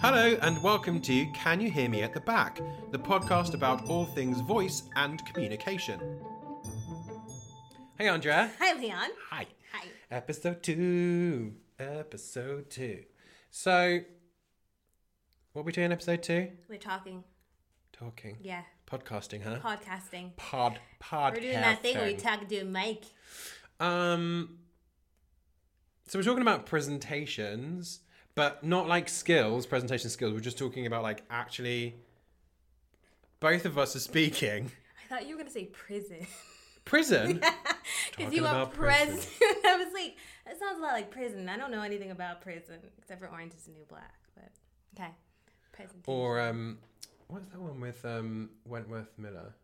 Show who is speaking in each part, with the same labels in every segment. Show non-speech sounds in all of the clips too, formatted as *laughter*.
Speaker 1: Hello, and welcome to Can You Hear Me at the Back, the podcast about all things voice and communication. Hey, Andrea.
Speaker 2: Hi, Leon.
Speaker 1: Hi.
Speaker 2: Hi.
Speaker 1: Episode two. Episode two. So, what are we doing in episode two?
Speaker 2: We're talking.
Speaker 1: Talking.
Speaker 2: Yeah.
Speaker 1: Podcasting, huh?
Speaker 2: Podcasting.
Speaker 1: Pod. Pod.
Speaker 2: We're doing that thing where we talk to Mike.
Speaker 1: Um. So we're talking about presentations, but not like skills, presentation skills. We're just talking about like actually. Both of us are
Speaker 2: *laughs*
Speaker 1: speaking.
Speaker 2: I thought you were gonna say prison. *laughs*
Speaker 1: Prison.
Speaker 2: Because
Speaker 1: Talking
Speaker 2: you are
Speaker 1: about prison.
Speaker 2: prison. *laughs* I was like, that sounds a lot like prison. I don't know anything about prison except for Orange is the New Black, but okay. Prison.
Speaker 1: *laughs* Or um, what's that one with um Wentworth Miller?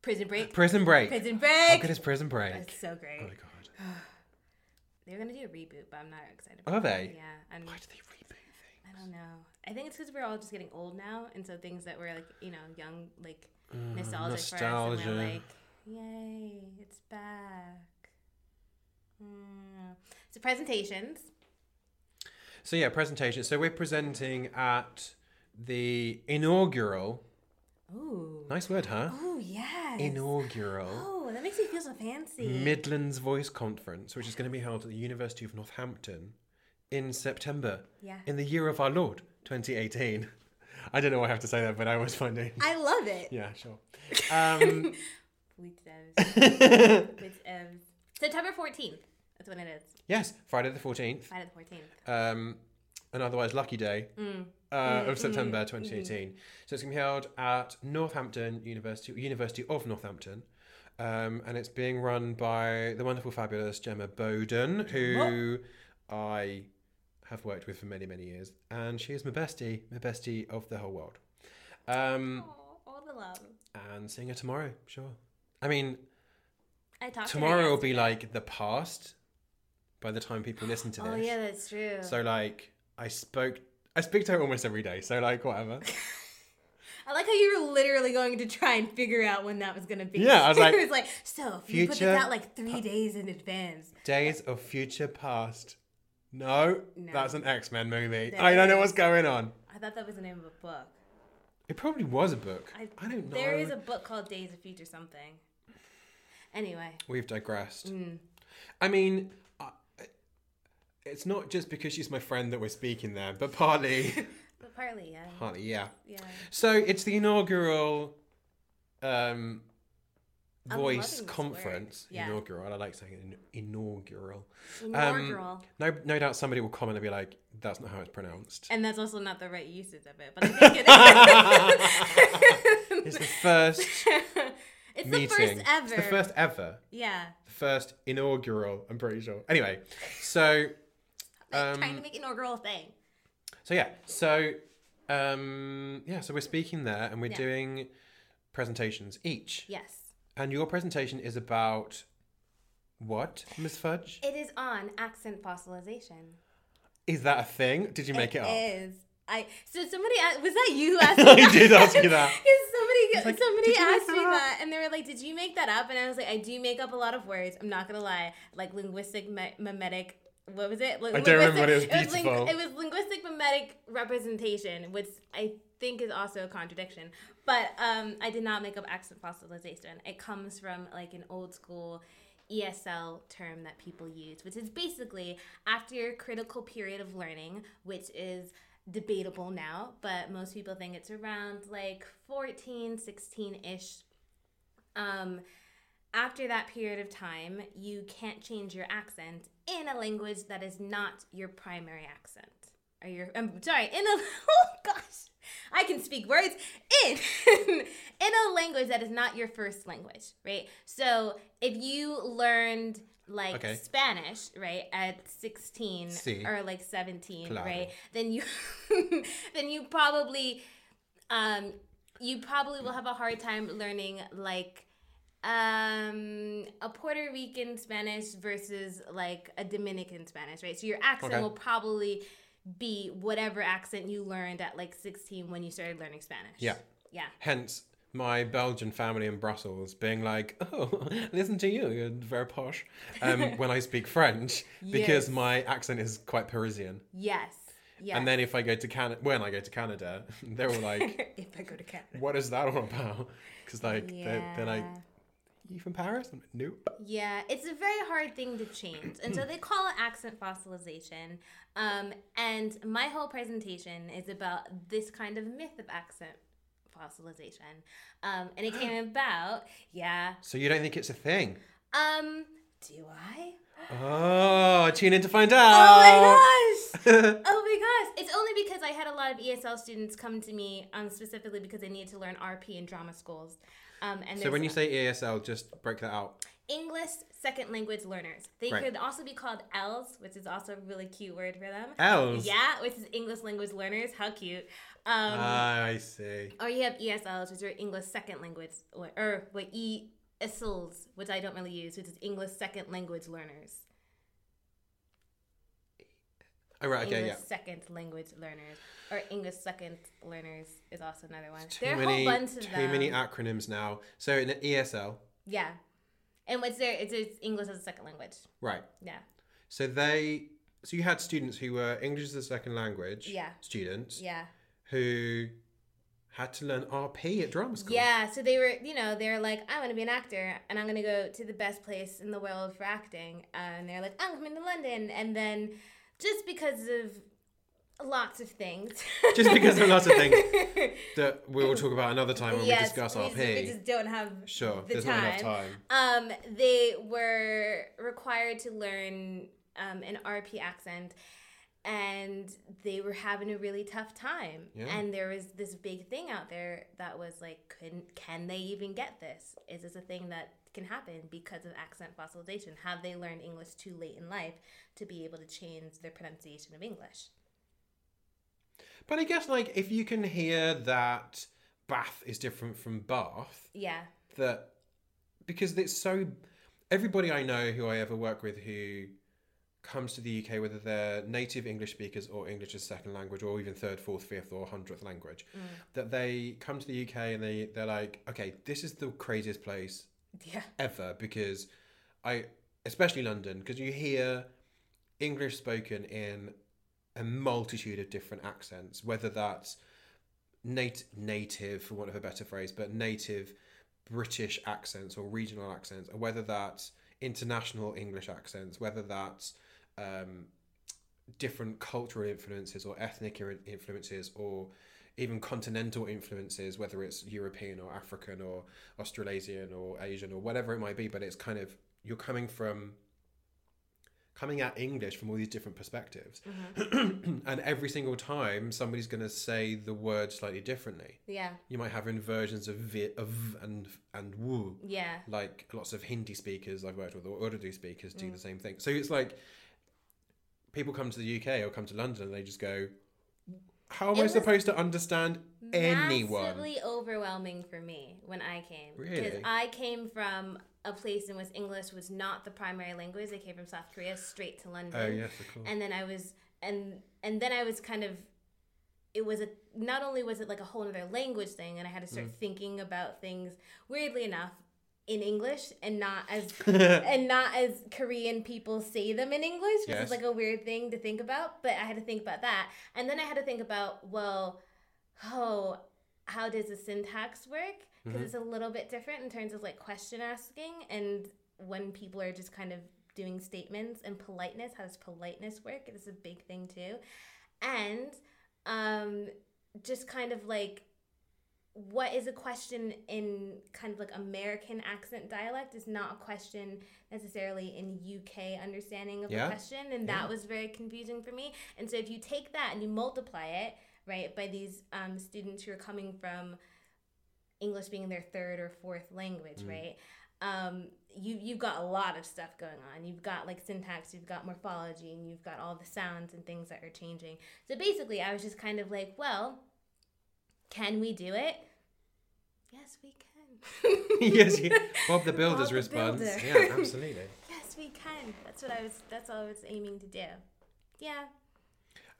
Speaker 2: prison break.
Speaker 1: Prison Break.
Speaker 2: Prison
Speaker 1: How
Speaker 2: break.
Speaker 1: good is Prison Break?
Speaker 2: That's so
Speaker 1: Oh my
Speaker 2: great.
Speaker 1: god.
Speaker 2: They're gonna do a reboot, but I'm not excited.
Speaker 1: Are
Speaker 2: about it.
Speaker 1: they?
Speaker 2: Yeah. I'm,
Speaker 1: Why do they reboot things?
Speaker 2: I don't know. I think it's because we're all just getting old now, and so things that were like you know young, like nostalgic for us, and we're
Speaker 1: Mm-hmm. nostalgia.
Speaker 2: like, yay, it's back. Mm. So presentations.
Speaker 1: So yeah, presentation. So we're presenting at the inaugural.
Speaker 2: Ooh.
Speaker 1: Nice word, huh?
Speaker 2: Oh yes.
Speaker 1: Inaugural
Speaker 2: Oh, that makes me feel so fancy.
Speaker 1: Mm. Midlands Voice Conference, which is going to be held at the University of Northampton in September, *laughs*
Speaker 2: yeah.
Speaker 1: in the year of our Lord 2018. I don't know why I have to say that, but I always find it.
Speaker 2: I love it.
Speaker 1: Yeah, sure. Um,
Speaker 2: With Evs. With Evs. September fourteenth. That's when it is.
Speaker 1: yes, Friday the 14th.
Speaker 2: Friday the fourteenth.
Speaker 1: um, an otherwise lucky day
Speaker 2: Mm.
Speaker 1: uh, of September 2018. So it's going to be held at Northampton University, University of Northampton, um, and it's being run by the wonderful, fabulous Gemma Bowden, who I have worked with for many, many years, and she is my bestie, my bestie of the whole world. Um,
Speaker 2: Oh, all the love.
Speaker 1: and seeing her tomorrow, sure. I mean,
Speaker 2: I talked To
Speaker 1: tomorrow
Speaker 2: her
Speaker 1: will be like the past by the time people listen to this.
Speaker 2: yes- Oh yeah, that's true.
Speaker 1: So like I spoke I speak to her almost every day, so like
Speaker 2: *laughs*
Speaker 1: whatever.
Speaker 2: I like how you were literally going to try and figure out when that was going to be.
Speaker 1: Yeah, I was like-
Speaker 2: *laughs* it was like, so if you put
Speaker 1: Future-
Speaker 2: this out like three days in advance,
Speaker 1: Days of Future Past. No,
Speaker 2: No.
Speaker 1: that's an X-Men movie.
Speaker 2: That
Speaker 1: I don't know
Speaker 2: is-
Speaker 1: what's going on.
Speaker 2: I thought that was the name of a book.
Speaker 1: It probably was a book. I,
Speaker 2: I,
Speaker 1: don't know.
Speaker 2: There is a book called Days of Future something. Anyway,
Speaker 1: We've digressed.
Speaker 2: Mm.
Speaker 1: I mean, I, it's not just because she's my friend that we're speaking there, but
Speaker 2: *laughs*
Speaker 1: partly,
Speaker 2: but partly, yeah,
Speaker 1: partly, yeah.
Speaker 2: yeah.
Speaker 1: So it's the inaugural um,
Speaker 2: I'm
Speaker 1: voice
Speaker 2: loving this
Speaker 1: conference.
Speaker 2: word. Yeah.
Speaker 1: Inaugural. I like saying in- inaugural. Um,
Speaker 2: Inaugural,
Speaker 1: No, no doubt somebody will comment and be like, "That's not how it's pronounced."
Speaker 2: and that's also not the right usage of it, but I think it
Speaker 1: *laughs* It's
Speaker 2: is.
Speaker 1: the first
Speaker 2: *laughs* it's the
Speaker 1: meeting.
Speaker 2: first ever.
Speaker 1: It's the first ever.
Speaker 2: Yeah,
Speaker 1: The first inaugural. I'm pretty sure. Anyway, so Um,
Speaker 2: trying to make inaugural a thing.
Speaker 1: so yeah, so um, yeah, so we're speaking there and we're doing presentations each,
Speaker 2: Yes.
Speaker 1: and your presentation is about what, Miss Fudge?
Speaker 2: It is on accent fossilization.
Speaker 1: Is that a thing? Did you make it, up?
Speaker 2: Is I so somebody a- was that
Speaker 1: *laughs*
Speaker 2: you who asked me
Speaker 1: I did ask
Speaker 2: *laughs*
Speaker 1: you that.
Speaker 2: Because somebody
Speaker 1: like,
Speaker 2: somebody
Speaker 1: "Did you make
Speaker 2: asked me
Speaker 1: that up?"
Speaker 2: that, and they were like, "Did you make that up?" And I was like, "I do make up a lot of words. I'm not gonna lie, like linguistic me- mimetic." What was it? Li-
Speaker 1: I don't remember, but it was
Speaker 2: linguistic- ling-
Speaker 1: beautiful.
Speaker 2: It was, linguistic mimetic representation, which I think is also a contradiction. But um, I did not make up accent fossilization. It comes from like an old school ESL term that people use, which is basically after your critical period of learning, which is debatable now, but most people think it's around like 14, 16 ish. Um, after that period of time, you can't change your accent in a language that is not your primary accent. Or your, I'm sorry, in a, *laughs* oh gosh, I can speak words in, *laughs* in a language that is not your first language, right? So if you learned like
Speaker 1: Okay.
Speaker 2: Spanish, right, at 16
Speaker 1: Sí.
Speaker 2: or like 17,
Speaker 1: Claro.
Speaker 2: right, then you, *laughs* then you probably, um, you probably will have a hard time learning like um a Puerto Rican Spanish versus like a Dominican Spanish, right? So your accent
Speaker 1: Okay.
Speaker 2: will probably be whatever accent you learned at like 16 when you started learning Spanish.
Speaker 1: Yeah.
Speaker 2: Yeah.
Speaker 1: Hence my Belgian family in Brussels being like, "Oh, *laughs* listen to you, you're very posh."
Speaker 2: *laughs*
Speaker 1: Um, when I speak French, because
Speaker 2: Yes.
Speaker 1: my accent is quite Parisian.
Speaker 2: Yes. Yes.
Speaker 1: And then if I go to Canada, when I go to Canada, *laughs* they're all like,
Speaker 2: *laughs* if I go to Canada.
Speaker 1: what is that all about? Because like they're, they're like,
Speaker 2: Yeah.
Speaker 1: you from Paris? I'm like, nope.
Speaker 2: Yeah, it's a very hard thing to change. And
Speaker 1: *clears throat*
Speaker 2: so they call it accent fossilization. Um, and my whole presentation is about this kind of myth of accent fossilization. Um, and it
Speaker 1: *gasps*
Speaker 2: came about, yeah.
Speaker 1: So you don't think it's a thing?
Speaker 2: *gasps* Um, do I?
Speaker 1: Oh, tune in to find out.
Speaker 2: Oh my gosh!
Speaker 1: my gosh.
Speaker 2: Oh my gosh! It's only because I had a lot of ESL students come to me um, specifically because they needed to learn RP in drama schools. Um,
Speaker 1: *laughs*
Speaker 2: and
Speaker 1: so
Speaker 2: there's
Speaker 1: when you say E ESL, just break that out.
Speaker 2: English second language learners, they
Speaker 1: Right.
Speaker 2: could also be called Ls, which is also a really cute word for them.
Speaker 1: Ls.
Speaker 2: Yeah, which is English language learners. How cute. Um,
Speaker 1: Ah, I see.
Speaker 2: or you have ESLs, which are English second language, le- or what ESLs, which I don't really use, which is English second language learners.
Speaker 1: Oh, right, okay,
Speaker 2: English
Speaker 1: yeah.
Speaker 2: second language learners, or English second learners is also another one.
Speaker 1: Too
Speaker 2: there are a
Speaker 1: many,
Speaker 2: whole bunch of
Speaker 1: too
Speaker 2: them.
Speaker 1: many acronyms now. So in E ESL,
Speaker 2: yeah, and what's there? It's, it's English as a second language.
Speaker 1: right?
Speaker 2: Yeah,
Speaker 1: So they, so you had students who were English as a second language
Speaker 2: Yeah.
Speaker 1: students
Speaker 2: yeah.
Speaker 1: who had to learn RP at drama school.
Speaker 2: Yeah, so they were, you know, they were like, I want to be an actor, and I'm gonna go to the best place in the world for acting. and they're like, I'm coming to London, and then just because of lots of things,
Speaker 1: Just because of lots of
Speaker 2: *laughs*
Speaker 1: things.
Speaker 2: when
Speaker 1: That we will talk about another time when we discuss RP.
Speaker 2: we just don't have
Speaker 1: sure,
Speaker 2: the
Speaker 1: there's
Speaker 2: time.
Speaker 1: not enough time.
Speaker 2: Um, they were required to learn um, an RP accent, and they were having a really tough time.
Speaker 1: Yeah.
Speaker 2: And there was this big thing out there that was like, can can they even get this? Is this a thing that can happen because of accent fossilization? Have they learned English too late in life to be able to change their pronunciation of English?
Speaker 1: But I guess like if you can hear that Bath is different from Bath,
Speaker 2: Yeah,
Speaker 1: that because it's so everybody I know who I ever work with who comes to the UK, whether they're native English speakers or English as second language or even third, fourth, fifth or hundredth language,
Speaker 2: Mm.
Speaker 1: that they come to the UK and they, they're like, okay, this is the craziest place
Speaker 2: yeah,
Speaker 1: ever because I, especially London, because you hear English spoken in a multitude of different accents, whether that's nat- native, for want of a better phrase, but native British accents or regional accents, or whether that's international English accents, whether that's um, different cultural influences or ethnic ir- influences or even continental influences, whether it's European or African or Australasian or Asian or whatever it might be, but it's kind of you're coming from coming at English from all these different perspectives.
Speaker 2: Mm-hmm.
Speaker 1: *clears throat* and every single time somebody's going to say the word slightly differently.
Speaker 2: yeah,
Speaker 1: You might have inversions of vi, of and and woo
Speaker 2: yeah.
Speaker 1: like lots of Hindi speakers I've worked with or Urdu speakers do
Speaker 2: Mm.
Speaker 1: the same thing. So it's like people come to the UK or come to London and they just go, How am
Speaker 2: It
Speaker 1: I
Speaker 2: was
Speaker 1: supposed to understand anyone?
Speaker 2: Massively overwhelming for me when I came.
Speaker 1: Really?
Speaker 2: I came from a place in which English was not the primary language. I came from South Korea straight to London.
Speaker 1: Oh, yes, of course.
Speaker 2: And then I was and and then I was kind of it was a not only was it like a whole other language thing and I had to start
Speaker 1: Mm.
Speaker 2: thinking about things weirdly enough in English and not as
Speaker 1: *laughs*
Speaker 2: and not as Korean people say them in English, which
Speaker 1: Yes.
Speaker 2: is like a weird thing to think about. But I had to think about that. And then I had to think about, well, oh, how does the syntax work? Because it's a little bit different in terms of like question asking and when people are just kind of doing statements and politeness. How does politeness work? It's a big thing too. And um, just kind of like what is a question in kind of like American accent dialect is not a question necessarily in UK understanding of
Speaker 1: Yeah.
Speaker 2: a question. And that was very confusing for me. And so if you take that and you multiply it, right, by these um, students who are coming from English being their third or fourth language,
Speaker 1: Mm.
Speaker 2: right? Um, you you've got a lot of stuff going on. You've got like syntax, you've got morphology, and you've got all the sounds and things that are changing. So basically, I was just kind of like, well, can we do it? Yes, we can. *laughs*
Speaker 1: yes, you, Bob the Builder's
Speaker 2: the
Speaker 1: response.
Speaker 2: Builder.
Speaker 1: Yeah, absolutely.
Speaker 2: yes, we can. That's what I was. That's all I was aiming to do. Yeah.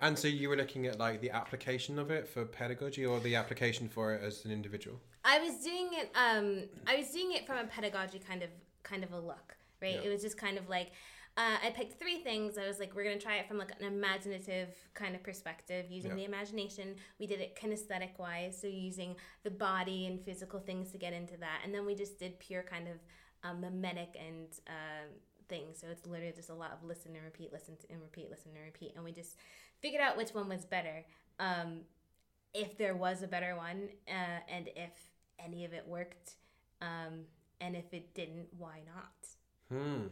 Speaker 1: And so you were looking at like the application of it for pedagogy or the application for it as an individual?
Speaker 2: I was doing it. Um, I was doing it from a pedagogy kind of kind of a look, right?
Speaker 1: Yeah.
Speaker 2: It was just kind of like, uh, I picked three things. I was like, we're gonna try it from like an imaginative kind of perspective, using
Speaker 1: Yeah.
Speaker 2: the imagination. We did it kinesthetic wise, so using the body and physical things to get into that, and then we just did pure kind of um, mimetic and um things. So it's literally just a lot of listen and repeat, listen and repeat, listen and repeat, and we just figured out which one was better. Um, if there was a better one, uh, and if any of it worked, um, and if it didn't, why not?
Speaker 1: Hmm.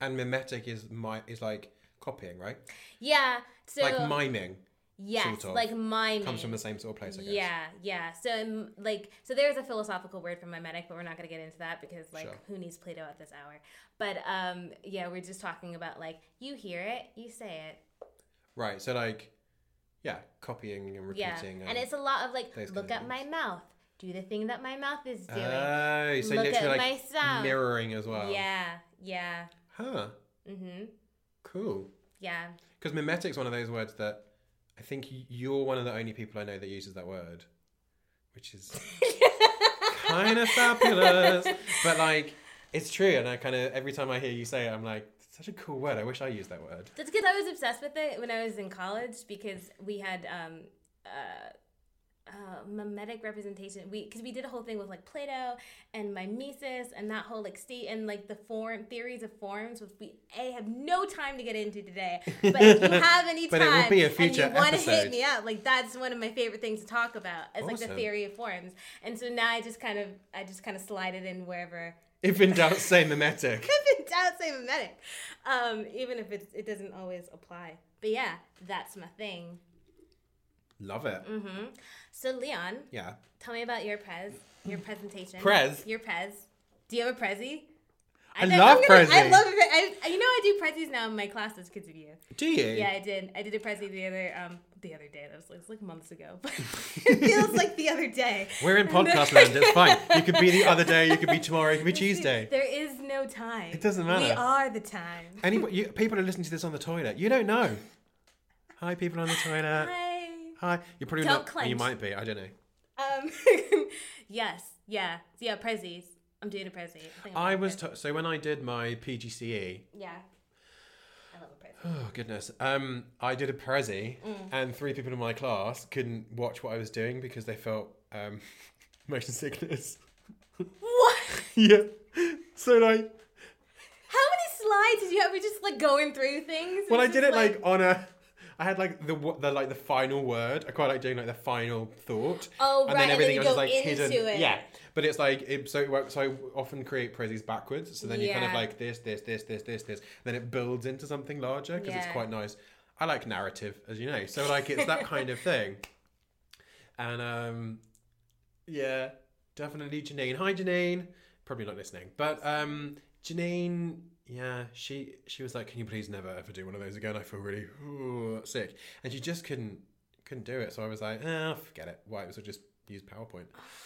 Speaker 1: And mimetic is my is like copying, right?
Speaker 2: Yeah. So
Speaker 1: like miming
Speaker 2: yes,
Speaker 1: sort of.
Speaker 2: like miming.
Speaker 1: comes from the same sort of place, I guess.
Speaker 2: yeah, yeah. So um, like, so there's a philosophical word for mimetic, but we're not gonna get into that because like,
Speaker 1: Sure.
Speaker 2: who needs Plato at this hour? But um, yeah, we're just talking about like, you hear it, you say it,
Speaker 1: Right. So like, yeah, copying and
Speaker 2: yeah,
Speaker 1: repeating. um,
Speaker 2: and it's a lot of like,
Speaker 1: those
Speaker 2: look
Speaker 1: kinds
Speaker 2: at
Speaker 1: of
Speaker 2: my mouth, do the thing that my mouth is doing.
Speaker 1: oh, so
Speaker 2: Look at
Speaker 1: literally
Speaker 2: my
Speaker 1: like
Speaker 2: sound.
Speaker 1: mirroring as well.
Speaker 2: Yeah, yeah.
Speaker 1: Huh.
Speaker 2: Mhm.
Speaker 1: Cool.
Speaker 2: Yeah.
Speaker 1: Because mimetic's one of those words that I think y- you're one of the only people I know that uses that word, which is
Speaker 2: *laughs*
Speaker 1: kind of fabulous. But like, it's true, and I kind of every time I hear you say it, I'm like, such a cool word. I wish I used that word.
Speaker 2: That's because I was obsessed with it when I was in college because we had um, uh, uh, mimetic representation. We because we did a whole thing with like Plato and mimesis and that whole like state and like the form theories of forms, which we a have no time to get
Speaker 1: *laughs*
Speaker 2: into today. But if you have any time,
Speaker 1: But it will be a
Speaker 2: and
Speaker 1: future
Speaker 2: you wanna hit
Speaker 1: episode.
Speaker 2: me up, like that's one of my favorite things to talk about. It's like the
Speaker 1: Awesome.
Speaker 2: theory of forms, and so now I just kind of I just kind of slide it in wherever.
Speaker 1: If in doubt, say mimetic.
Speaker 2: *laughs* If in doubt, say mimetic. Um, even if it's, it doesn't always apply. But yeah, that's my thing.
Speaker 1: Love it.
Speaker 2: Mm. So Leon,
Speaker 1: Yeah.
Speaker 2: tell me about your prez, your presentation.
Speaker 1: Prez?
Speaker 2: Your prez. Do you have a prezzy?
Speaker 1: I
Speaker 2: think
Speaker 1: love
Speaker 2: I'm gonna- I
Speaker 1: prezzy.
Speaker 2: love it. I, you know I do prezzies now in my classes because of you.
Speaker 1: Do you?
Speaker 2: Yeah, I did. I did a prezzy the other um the other day. That was like, it was like
Speaker 1: *laughs*
Speaker 2: months ago, *laughs* but it feels like the other day.
Speaker 1: We're in podcast land. It's fine. You could be the other day. You could be tomorrow. You could be Tuesday.
Speaker 2: There is no time.
Speaker 1: It doesn't
Speaker 2: We
Speaker 1: matter.
Speaker 2: are the time.
Speaker 1: Anybody, you, people are listening to this on the toilet. You don't know. Hi, people on the toilet.
Speaker 2: Hi.
Speaker 1: Hi. You're probably
Speaker 2: Don't
Speaker 1: not.
Speaker 2: clench.
Speaker 1: You might be. I don't know.
Speaker 2: Um, *laughs* yes, yeah, yeah, prezzies. I'm doing a prezzy. think I'm
Speaker 1: I
Speaker 2: doing a
Speaker 1: was
Speaker 2: prezzy.
Speaker 1: t- so when I did my PGCE.
Speaker 2: yeah. I love a prezzy.
Speaker 1: E, Oh goodness. Um, I did a prezi,
Speaker 2: Mm.
Speaker 1: and three people in my class couldn't watch what I was doing because they felt um, *laughs* motion sickness. *laughs*
Speaker 2: What?
Speaker 1: yeah. So like,
Speaker 2: How many slides did you have? We just like going through things.
Speaker 1: well, I
Speaker 2: It's
Speaker 1: did
Speaker 2: just
Speaker 1: it like on a. I had like the wo- the like the final word. I quite like doing like the final thought.
Speaker 2: Oh, right, and then you
Speaker 1: else is,
Speaker 2: go into it.
Speaker 1: Yeah, but it's like it, so. It, works- so I often create prezzies backwards. So then you kind of
Speaker 2: Yeah.
Speaker 1: like this, this, this, this, this, this. Then it builds into something larger because it's
Speaker 2: Yeah.
Speaker 1: quite nice. I like narrative, as you know. So like it's that kind of thing. And um, yeah, definitely Janine. Hi, Janine. Probably not listening, but um, Janine. Yeah, she she was like, "Can you please never ever do one of those again? I feel really ooh, sick," and she just couldn't couldn't do it. So I was like, "Ah, forget it. Why? So just use PowerPoint."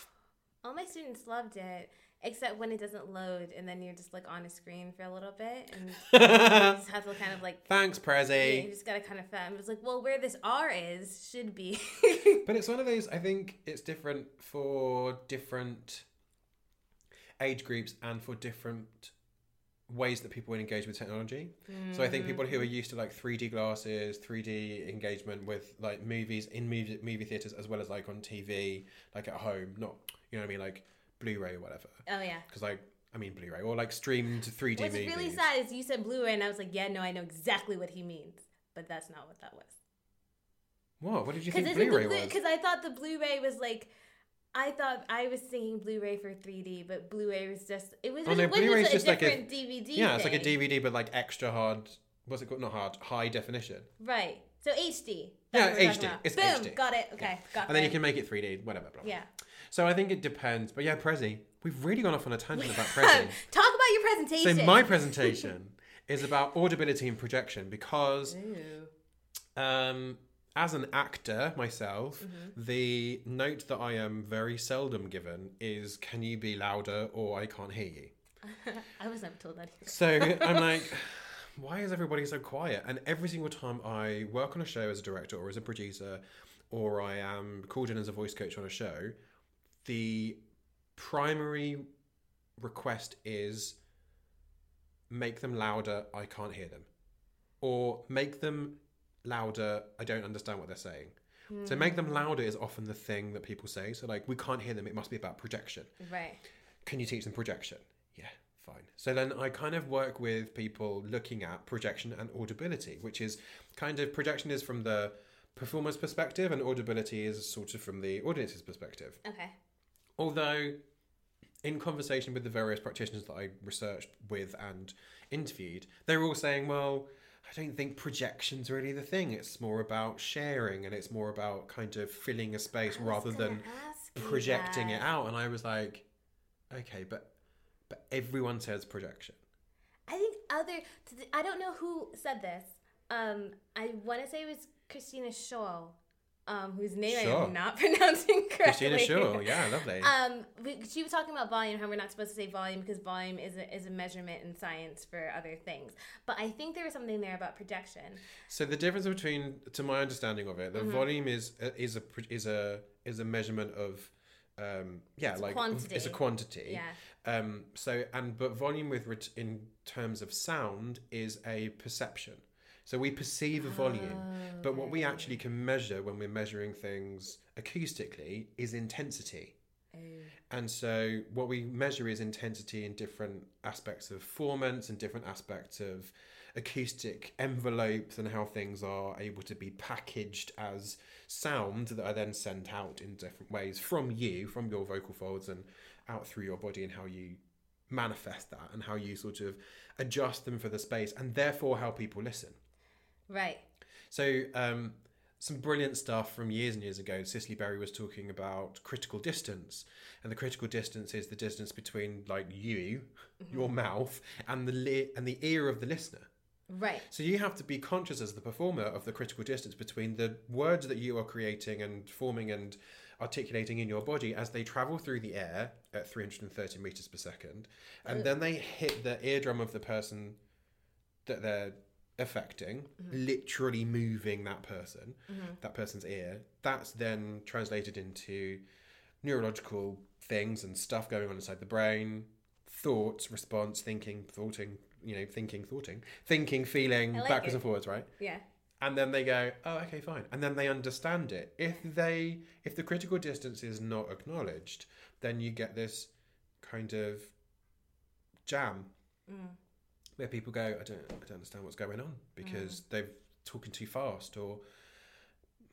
Speaker 1: *laughs*
Speaker 2: all my students loved it, except when it doesn't load, and then you're just like on a screen for a little bit, and you just have to kind of like.
Speaker 1: Thanks,
Speaker 2: You
Speaker 1: Prezi.
Speaker 2: just gotta kind of. um, It was like, well, where this R is should be. *laughs*
Speaker 1: But it's one of those. I think it's different for different age groups and for different ways that people engage with technology. So I think people who are used to like 3D glasses, 3D engagement with like movies in movie, movie theaters as well as like on TV, like at home, not you know what I mean, like Blu-ray or whatever.
Speaker 2: oh yeah.
Speaker 1: Because like I mean Blu-ray or like streamed 3D
Speaker 2: What's
Speaker 1: movies.
Speaker 2: really sad is you said Blu-ray, and I was like, yeah, no, I know exactly what he means, but that's not what that was.
Speaker 1: What? What did you think
Speaker 2: Because isn't
Speaker 1: Blu-ray
Speaker 2: the blue?
Speaker 1: was?
Speaker 2: Because I thought the Blu-ray was like, I thought I was singing Blu-ray for 3D, but Blu-ray was just it was.
Speaker 1: Oh, no,
Speaker 2: it was
Speaker 1: Blu-ray's just
Speaker 2: just, a
Speaker 1: like a-
Speaker 2: different DVD.
Speaker 1: Yeah, it's like a
Speaker 2: thing.
Speaker 1: DVD but like extra hard. What's it called? Not hard, high definition.
Speaker 2: Right. So HD.
Speaker 1: Yeah,
Speaker 2: That's what we're talking
Speaker 1: HD.
Speaker 2: about.
Speaker 1: It's
Speaker 2: Boom.
Speaker 1: HD.
Speaker 2: Got it. Okay. Got
Speaker 1: And then you
Speaker 2: there.
Speaker 1: can make it 3D, whatever. Blah, blah. *laughs*
Speaker 2: Yeah. *laughs*
Speaker 1: So I think it depends. But yeah, Prezi. We've really gone off on a tangent about Prezi.
Speaker 2: Talk about your presentation.
Speaker 1: So
Speaker 2: *laughs*
Speaker 1: my presentation is about audibility and projection because
Speaker 2: Ooh. *laughs*
Speaker 1: um, as an actor myself, the note that I am very seldom given is "Can you be louder?" or "I can't hear you."
Speaker 2: I was never told that. either.
Speaker 1: So I'm like, why is everybody so quiet? And every single time I work on a show as a director or as a producer, or I am called in as a voice coach on a show, the primary request is make them louder, I can't hear them. Or make them louder, I don't understand what they're saying. So make them louder is often the thing that people say. So like we can't hear them, it must be about projection.
Speaker 2: Right.
Speaker 1: Can you teach them projection? Yeah, fine. So then I kind of work with people looking at projection and audibility, which is kind of projection is from the performer's perspective and audibility is sort of from the audience's perspective.
Speaker 2: Okay.
Speaker 1: Although, in conversation with the various practitioners that I researched with and interviewed, they were all saying, well, I don't think projection's really the thing. It's more about sharing and it's more about kind of filling a space
Speaker 2: I was
Speaker 1: rather
Speaker 2: gonna
Speaker 1: than
Speaker 2: ask you
Speaker 1: projecting
Speaker 2: that.
Speaker 1: it out. And I was like, okay, but but everyone says projection.
Speaker 2: I think other. th- I don't know who said this. Um, I want to say it was Christina Shaw, um, whose name I
Speaker 1: Shaw.
Speaker 2: am not *laughs* pronouncing correctly.
Speaker 1: Christina Shaw, yeah, lovely.
Speaker 2: Um, we, she was talking about volume, how we're not supposed to say volume because volume is a, is a measurement in science for other things. But I think there was something there about projection.
Speaker 1: So the difference between, to my understanding of it, the volume is is a is a is a measurement of, um, yeah, like
Speaker 2: quantity.
Speaker 1: it's a quantity.
Speaker 2: Yeah.
Speaker 1: Um. So and but volume with ret- in terms of sound is a perception. So we perceive a volume, but what we actually can measure when we're measuring things acoustically is intensity. And so, what we measure is intensity in different aspects of formants and different aspects of acoustic envelopes and how things are able to be packaged as sound that are then sent out in different ways from you, from your vocal folds, and out through your body, and how you manifest that and how you sort of adjust them for the space, and therefore how people listen.
Speaker 2: Right.
Speaker 1: So, um, some brilliant stuff from years and years ago. Cicely Berry was talking about critical distance, and the critical distance is the distance between like you, your mouth, and the li- and the ear of the listener.
Speaker 2: Right.
Speaker 1: So you have to be conscious as the performer of the critical distance between the words that you are creating and forming and articulating in your body as they travel through the air at 330 meters per second, and then they hit the eardrum of the person that they're affecting,
Speaker 2: Mm-hmm.
Speaker 1: literally moving that person, that person's ear. That's then translated into neurological things and stuff going on inside the brain, thoughts, response, thinking, thoughting, you know, thinking, thoughting, thinking, feeling,
Speaker 2: I like
Speaker 1: backwards
Speaker 2: it.
Speaker 1: and forwards, right?
Speaker 2: Yeah.
Speaker 1: And then they go, oh, okay, fine. And then they understand it. If they, if the critical distance is not acknowledged, then you get this kind of jam where people go, I don't, I don't understand what's going on because they're talking too fast or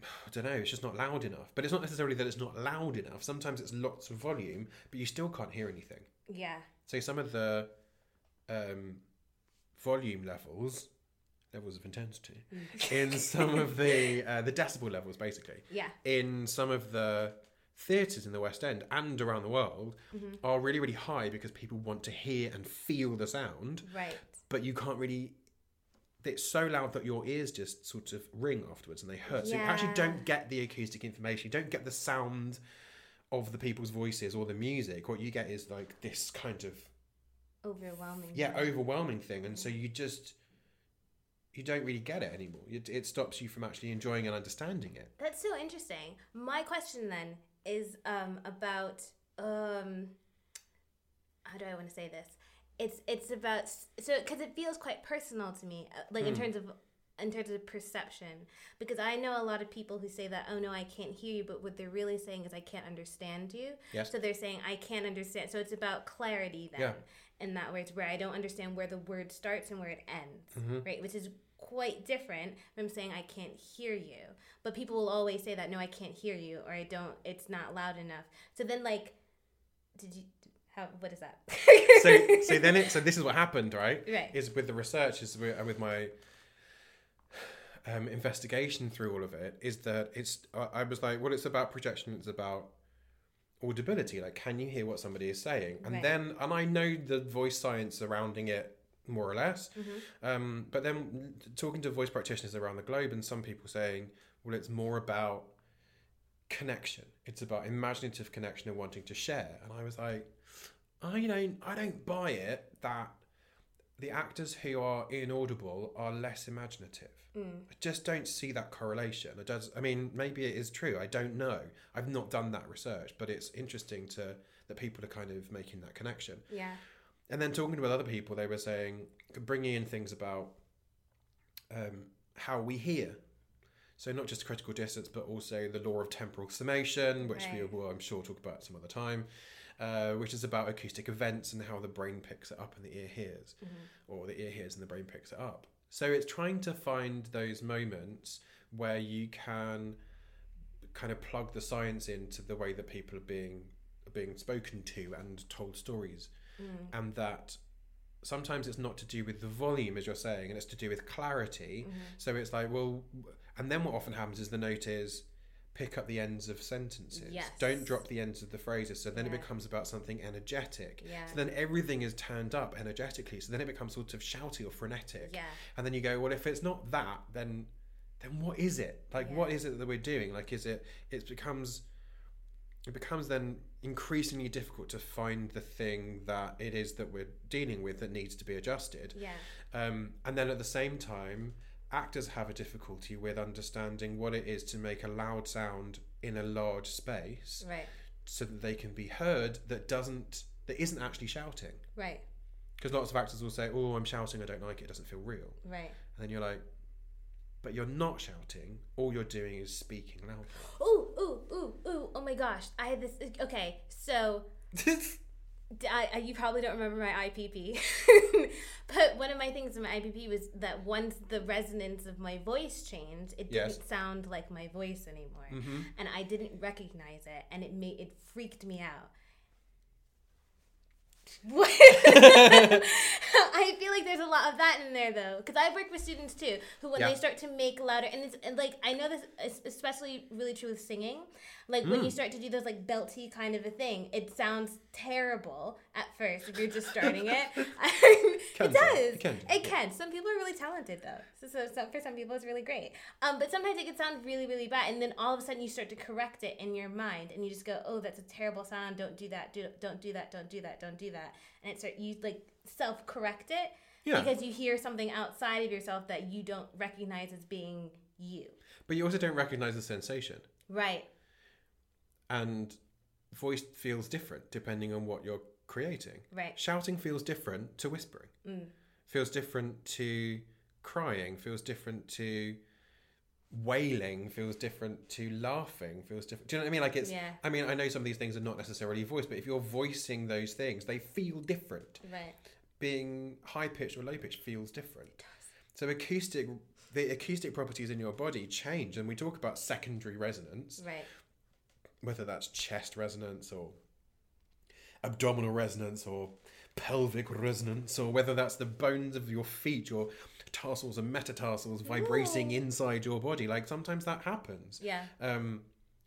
Speaker 1: I don't know, it's just not loud enough. But it's not necessarily that it's not loud enough. Sometimes it's lots of volume, but you still can't hear anything.
Speaker 2: Yeah.
Speaker 1: So some of the um, volume levels, levels of intensity, in some of the uh, the decibel levels, basically,
Speaker 2: Yeah.
Speaker 1: in some of the theatres in the West End and around the world, are really really high because people want to hear and feel the sound,
Speaker 2: Right.
Speaker 1: but you can't really. It's so loud that your ears just sort of ring afterwards and they hurt. So you actually
Speaker 2: Yeah.
Speaker 1: don't get the acoustic information. You don't get the sound of the people's voices or the music. What you get is like this kind of
Speaker 2: Overwhelming.
Speaker 1: yeah overwhelming thing and so you just you don't really get it anymore it, it stops you from actually enjoying and understanding it
Speaker 2: That's so interesting. My question then is um, about um, how do I want to say this? It's it's about s- so because it feels quite personal to me, uh, like in
Speaker 1: Hmm.
Speaker 2: terms of in terms of perception. Because I know a lot of people who say that oh no I can't hear you, but what they're really saying is I can't understand you.
Speaker 1: Yes.
Speaker 2: So they're saying I can't understand. So it's about clarity then.
Speaker 1: Yeah.
Speaker 2: In that way, it's where I don't understand where the word starts and where it ends,
Speaker 1: Mm-hmm.
Speaker 2: right? Which is quite different from saying I can't hear you. But people will always say that no, I can't hear you, or I don't. It's not loud enough. So then, like, did you? How? What is that?
Speaker 1: so so then it so this is what happened right
Speaker 2: Right.
Speaker 1: is with the research is with, with my um, investigation through all of it is that it's I, I was like well it's about projection it's about audibility like can you hear what somebody is saying and
Speaker 2: Right.
Speaker 1: then and i know the voice science surrounding it more or less um, but then talking to voice practitioners around the globe and some people saying well it's more about connection it's about imaginative connection and wanting to share and i was like i don't i don't buy it that the actors who are inaudible are less imaginative. I just don't see that correlation. It does. I mean, maybe it is true. I don't know. I've not done that research, but it's interesting to that people are kind of making that connection.
Speaker 2: yeah.
Speaker 1: And then talking with other people, they were saying, bringing in things about um, how we hear. So not just critical distance, but also the law of temporal summation, which we
Speaker 2: Right.
Speaker 1: will, I'm sure, talk about some other time, uh, which is about acoustic events and how the brain picks it up and the ear hears, or the ear hears and the brain picks it up. So it's trying to find those moments where you can kind of plug the science into the way that people are being are being spoken to and told stories,
Speaker 2: Mm.
Speaker 1: and that sometimes it's not to do with the volume as you're saying, and it's to do with clarity.
Speaker 2: Mm. Mm-hmm.
Speaker 1: So it's like, well, and then what often happens is the note is pick up the ends of sentences.
Speaker 2: Yes.
Speaker 1: Don't drop the ends of the phrases. So then
Speaker 2: Yeah.
Speaker 1: it becomes about something energetic.
Speaker 2: Yeah.
Speaker 1: So then everything is turned up energetically. So then it becomes sort of shouty or frenetic.
Speaker 2: Yeah.
Speaker 1: And then you go, well, if it's not that, then then what is it? Like,
Speaker 2: Yeah.
Speaker 1: what is it that we're doing? Like, is it? It becomes it becomes then increasingly difficult to find the thing that it is that we're dealing with that needs to be adjusted.
Speaker 2: Yeah.
Speaker 1: Um, and then at the same time, actors have a difficulty with understanding what it is to make a loud sound in a large space
Speaker 2: Right.
Speaker 1: so that they can be heard that doesn't that isn't actually shouting.
Speaker 2: Right.
Speaker 1: Because lots of actors will say, "Oh, I'm shouting. I don't like it. It doesn't feel real."
Speaker 2: Right.
Speaker 1: And then you're like, "But you're not shouting. All you're doing is speaking
Speaker 2: *laughs*
Speaker 1: loudly."
Speaker 2: Ooh, ooh, ooh, ooh. Oh my gosh. I had this. Okay. So d- I, I- you probably don't remember my IPP, *laughs* but one of my things in my IPP was that once the resonance of my voice changed, it
Speaker 1: Yes. Mm-hmm.
Speaker 2: didn't sound like my voice anymore, and I didn't recognize it, and it made it freaked me *laughs* out. What? *laughs* I feel like there's a lot of that in there though, because I work with students too, who when
Speaker 1: Yeah.
Speaker 2: they start to make louder, and it's and like I know this is especially really true with singing, like when
Speaker 1: Mm.
Speaker 2: you start to do those like belty kind of a thing, it sounds terrible at first if you're just starting
Speaker 1: *laughs*
Speaker 2: it.
Speaker 1: Can
Speaker 2: *laughs* it
Speaker 1: do.
Speaker 2: does.
Speaker 1: It can do,
Speaker 2: It
Speaker 1: yeah.
Speaker 2: can. Some people are really talented though, so, so, so for some people it's really great. Um, but sometimes it can sound really really bad, and then all of a sudden you start to correct it in your mind, and you just go, oh, that's a terrible sound. Don't do that. Do don't do that. Don't do that. Don't do that. And it start you like self correct it
Speaker 1: Yeah.
Speaker 2: because you hear something outside of yourself that you don't recognize as being you.
Speaker 1: but you also don't recognize the sensation,
Speaker 2: Right.
Speaker 1: and voice feels different depending on what you're creating.
Speaker 2: Right. Mm.
Speaker 1: Shouting feels different to whispering. Feels different to crying. Feels different to wailing. Feels different to laughing. Feels different. Do you know what I mean? Like it's.
Speaker 2: Yeah.
Speaker 1: I mean, I know some of these things are not necessarily voice, but if you're voicing those things, they feel different.
Speaker 2: Right.
Speaker 1: Being high pitched or low pitched feels different. So acoustic, the acoustic properties in your body change, and we talk about secondary resonance
Speaker 2: Right.
Speaker 1: whether that's chest resonance or abdominal resonance or pelvic resonance or whether that's the bones of your feet your tarsals and metatarsals vibrating inside your body like sometimes that happens
Speaker 2: Yeah.
Speaker 1: um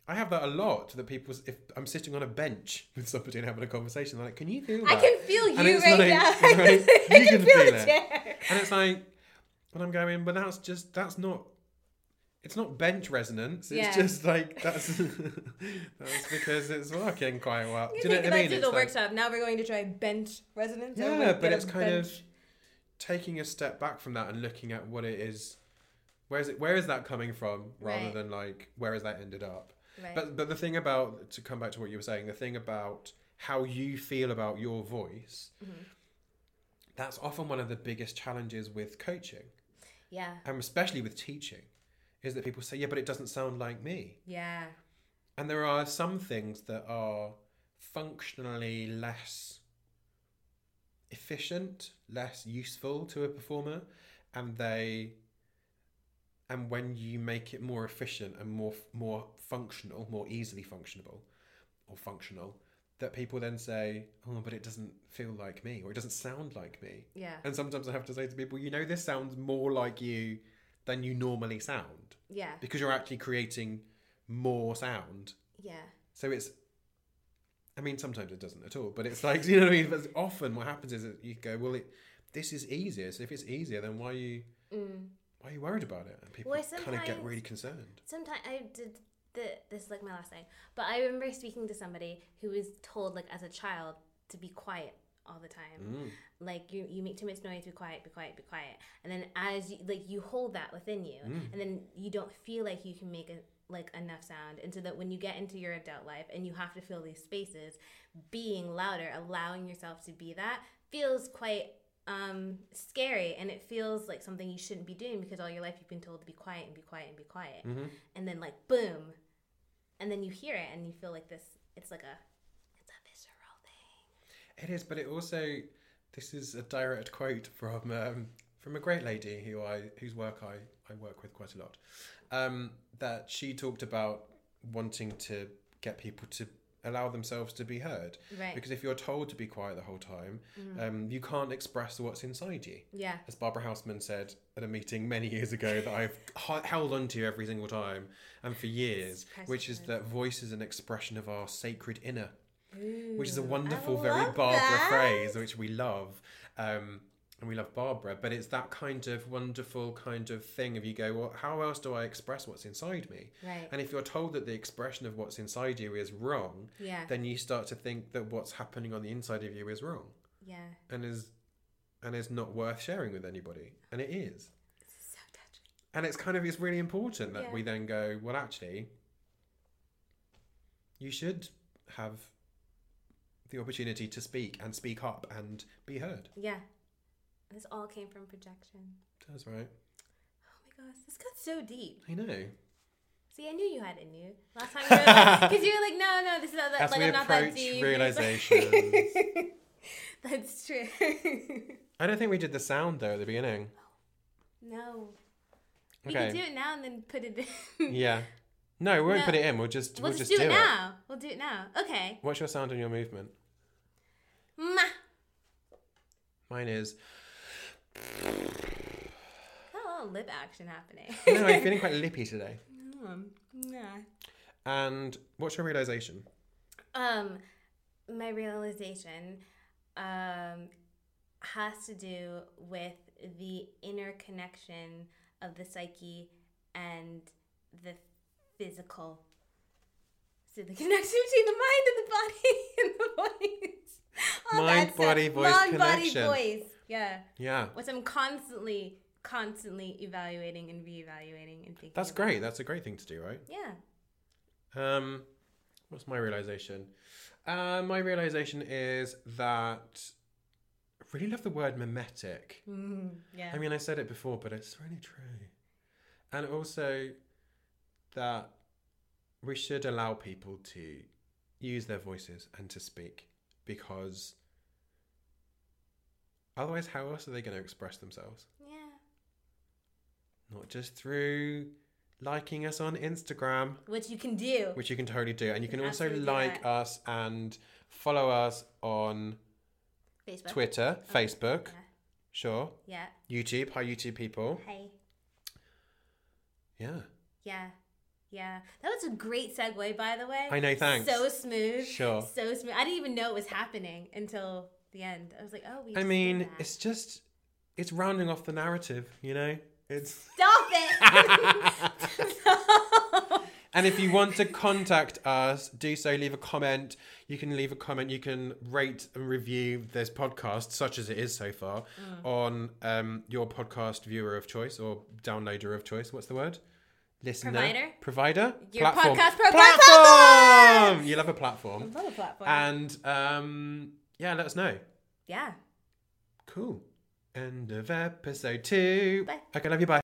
Speaker 1: i have that a lot that people if i'm sitting on a bench with somebody and having a conversation they're like can you feel that
Speaker 2: I can feel you
Speaker 1: And
Speaker 2: right
Speaker 1: it's like-
Speaker 2: now.
Speaker 1: right?
Speaker 2: *laughs* I
Speaker 1: You
Speaker 2: can
Speaker 1: can
Speaker 2: feel,
Speaker 1: feel
Speaker 2: the
Speaker 1: it.
Speaker 2: chair.
Speaker 1: and it's like and i'm going but that's just that's not it's not bench resonance it's
Speaker 2: Yeah.
Speaker 1: just like that's *laughs* that's because it's working quite well
Speaker 2: You
Speaker 1: do you know
Speaker 2: take
Speaker 1: what i
Speaker 2: that
Speaker 1: mean
Speaker 2: to
Speaker 1: It's
Speaker 2: the
Speaker 1: like-
Speaker 2: workshop. Now we're going to try bench resonance.
Speaker 1: Yeah,
Speaker 2: Everyone
Speaker 1: but
Speaker 2: get a
Speaker 1: it's kind of-
Speaker 2: bench.
Speaker 1: taking a step back from that and looking at what it is where is it where is that coming from rather
Speaker 2: Right.
Speaker 1: than like where has that ended up
Speaker 2: Right.
Speaker 1: but but the thing about to come back to what you were saying the thing about how you feel about your voice
Speaker 2: Mm-hmm.
Speaker 1: that's often one of the biggest challenges with coaching
Speaker 2: yeah.
Speaker 1: and um, especially with teaching is that people say yeah but it doesn't sound like me
Speaker 2: Yeah.
Speaker 1: and there are some things that are functionally less efficient, less useful to a performer, and they and when you make it more efficient and more more functional, more easily functionable or functional, that people then say, "Oh, but it doesn't feel like me or it doesn't sound like me."
Speaker 2: Yeah.
Speaker 1: And sometimes I have to say to people, "You know, this sounds more like you than you normally sound."
Speaker 2: Yeah.
Speaker 1: because you're actually creating more sound.
Speaker 2: Yeah.
Speaker 1: So it's, I mean, sometimes it doesn't at all, but it's like *laughs* you know what I mean. But often what happens is that you go, well, it this is easier. So if it's easier, then why are you
Speaker 2: Mm.
Speaker 1: why are you worried about it? And people
Speaker 2: Well,
Speaker 1: kind of get
Speaker 2: sometimes-
Speaker 1: really concerned.
Speaker 2: sometimes I did the this is like my last thing, but I remember speaking to somebody who was told like as a child to be quiet all the time. Like you, you make too much noise. Be quiet. Be quiet. Be quiet. And then as you like you hold that within you, and then you don't feel like you can make a like enough sound and so that when you get into your adult life and you have to fill these spaces being louder allowing yourself to be that feels quite um scary and it feels like something you shouldn't be doing because all your life you've been told to be quiet and be quiet and be quiet
Speaker 1: Mm-hmm.
Speaker 2: and then like boom and then you hear it and you feel like this it's like a it's a visceral thing
Speaker 1: It is, but it also this is a direct quote from um, from a great lady who I whose work I I work with quite a lot. Um, that she talked about wanting to get people to allow themselves to be heard
Speaker 2: Right.
Speaker 1: because if you're told to be quiet the whole time, um, you can't express what's inside you.
Speaker 2: yeah
Speaker 1: As Barbara Houseman said at a meeting many years ago that I've h- held onto every single time and for years, which is that voice is an expression of our sacred inner which is a wonderful,
Speaker 2: I
Speaker 1: very
Speaker 2: love
Speaker 1: Barbara
Speaker 2: that.
Speaker 1: phrase, which we love. Um, and we love Barbara, but it's that kind of wonderful kind of thing of you go, well, how else do I express what's inside me?
Speaker 2: Right.
Speaker 1: And if you're told that the expression of what's inside you is wrong,
Speaker 2: Yeah.
Speaker 1: then you start to think that what's happening on the inside of you is wrong
Speaker 2: yeah
Speaker 1: and is and is not worth sharing with anybody. And it is.
Speaker 2: so touching
Speaker 1: And it's kind of it's really important that
Speaker 2: Yeah.
Speaker 1: we then go, well actually you should have the opportunity to speak and speak up and be heard.
Speaker 2: yeah this all came from projection
Speaker 1: That's right.
Speaker 2: oh my gosh this got so deep
Speaker 1: I know.
Speaker 2: see i knew you had it new last time you
Speaker 1: *laughs*
Speaker 2: were like because you were like no no this is not that,
Speaker 1: As
Speaker 2: like
Speaker 1: we
Speaker 2: i'm not that
Speaker 1: approach
Speaker 2: deep *laughs*
Speaker 1: realizations.
Speaker 2: that's true *laughs*
Speaker 1: I don't think we did the sound though at the beginning.
Speaker 2: no we
Speaker 1: Okay.
Speaker 2: can do it now and then
Speaker 1: *laughs*
Speaker 2: put it in
Speaker 1: Yeah. No, we won't
Speaker 2: No.
Speaker 1: put it in. We'll just we'll,
Speaker 2: we'll,
Speaker 1: just
Speaker 2: just
Speaker 1: do,
Speaker 2: do it
Speaker 1: it.
Speaker 2: now we'll do it now okay
Speaker 1: What's your sound and your movement?
Speaker 2: Ma.
Speaker 1: Mine
Speaker 2: *laughs*
Speaker 1: is
Speaker 2: Got a lot of lip
Speaker 1: *laughs*
Speaker 2: action happening.
Speaker 1: No, I'm feeling quite lippy today.
Speaker 2: Um, nah.
Speaker 1: And what's your realization?
Speaker 2: Um, my realization um, has to do with the interconnection of the psyche and the physical. So the *laughs* connection between the mind and the body *laughs* and the voice. All
Speaker 1: Mind,
Speaker 2: that
Speaker 1: body,
Speaker 2: stuff.
Speaker 1: voice
Speaker 2: Mind,
Speaker 1: connection.
Speaker 2: body, voice. Yeah.
Speaker 1: Yeah.
Speaker 2: Which I'm constantly, constantly evaluating and reevaluating and thinking.
Speaker 1: That's
Speaker 2: about.
Speaker 1: great. That's a great thing to do, right?
Speaker 2: Yeah.
Speaker 1: Um, what's my realization? Uh, my realization is that I really love the word mimetic.
Speaker 2: Mm, yeah.
Speaker 1: I mean, I said it before, but it's really true. And also that we should allow people to use their voices and to speak because otherwise, how else are they going to express themselves?
Speaker 2: yeah.
Speaker 1: Not just through liking us on Instagram.
Speaker 2: Which you can do.
Speaker 1: which you can totally do and you can also
Speaker 2: Absolutely
Speaker 1: like
Speaker 2: that.
Speaker 1: us and follow us on
Speaker 2: Facebook.
Speaker 1: twitter facebook
Speaker 2: Yeah.
Speaker 1: sure
Speaker 2: Yeah.
Speaker 1: youtube hi youtube people
Speaker 2: Hey.
Speaker 1: yeah
Speaker 2: Yeah. Yeah. That was a great segue, by the way.
Speaker 1: I know, thanks.
Speaker 2: So smooth.
Speaker 1: Sure.
Speaker 2: So smooth. I didn't even know it was happening until the end. I was like, oh, we.
Speaker 1: i
Speaker 2: just
Speaker 1: mean
Speaker 2: did that.
Speaker 1: it's just it's rounding off the narrative you know it's
Speaker 2: Stop
Speaker 1: *laughs*
Speaker 2: it. *laughs* No.
Speaker 1: and if you want to contact us do so leave a comment you can leave a comment you can rate and review this podcast such as it is so far
Speaker 2: Mm.
Speaker 1: on um, your podcast viewer of choice or downloader of choice what's the word listener
Speaker 2: Provider?
Speaker 1: provider
Speaker 2: Your podcast pro-
Speaker 1: platform you love a
Speaker 2: I
Speaker 1: platform
Speaker 2: love a platform.
Speaker 1: and um, yeah let us know
Speaker 2: yeah.
Speaker 1: cool end of episode two
Speaker 2: Bye.
Speaker 1: okay love you bye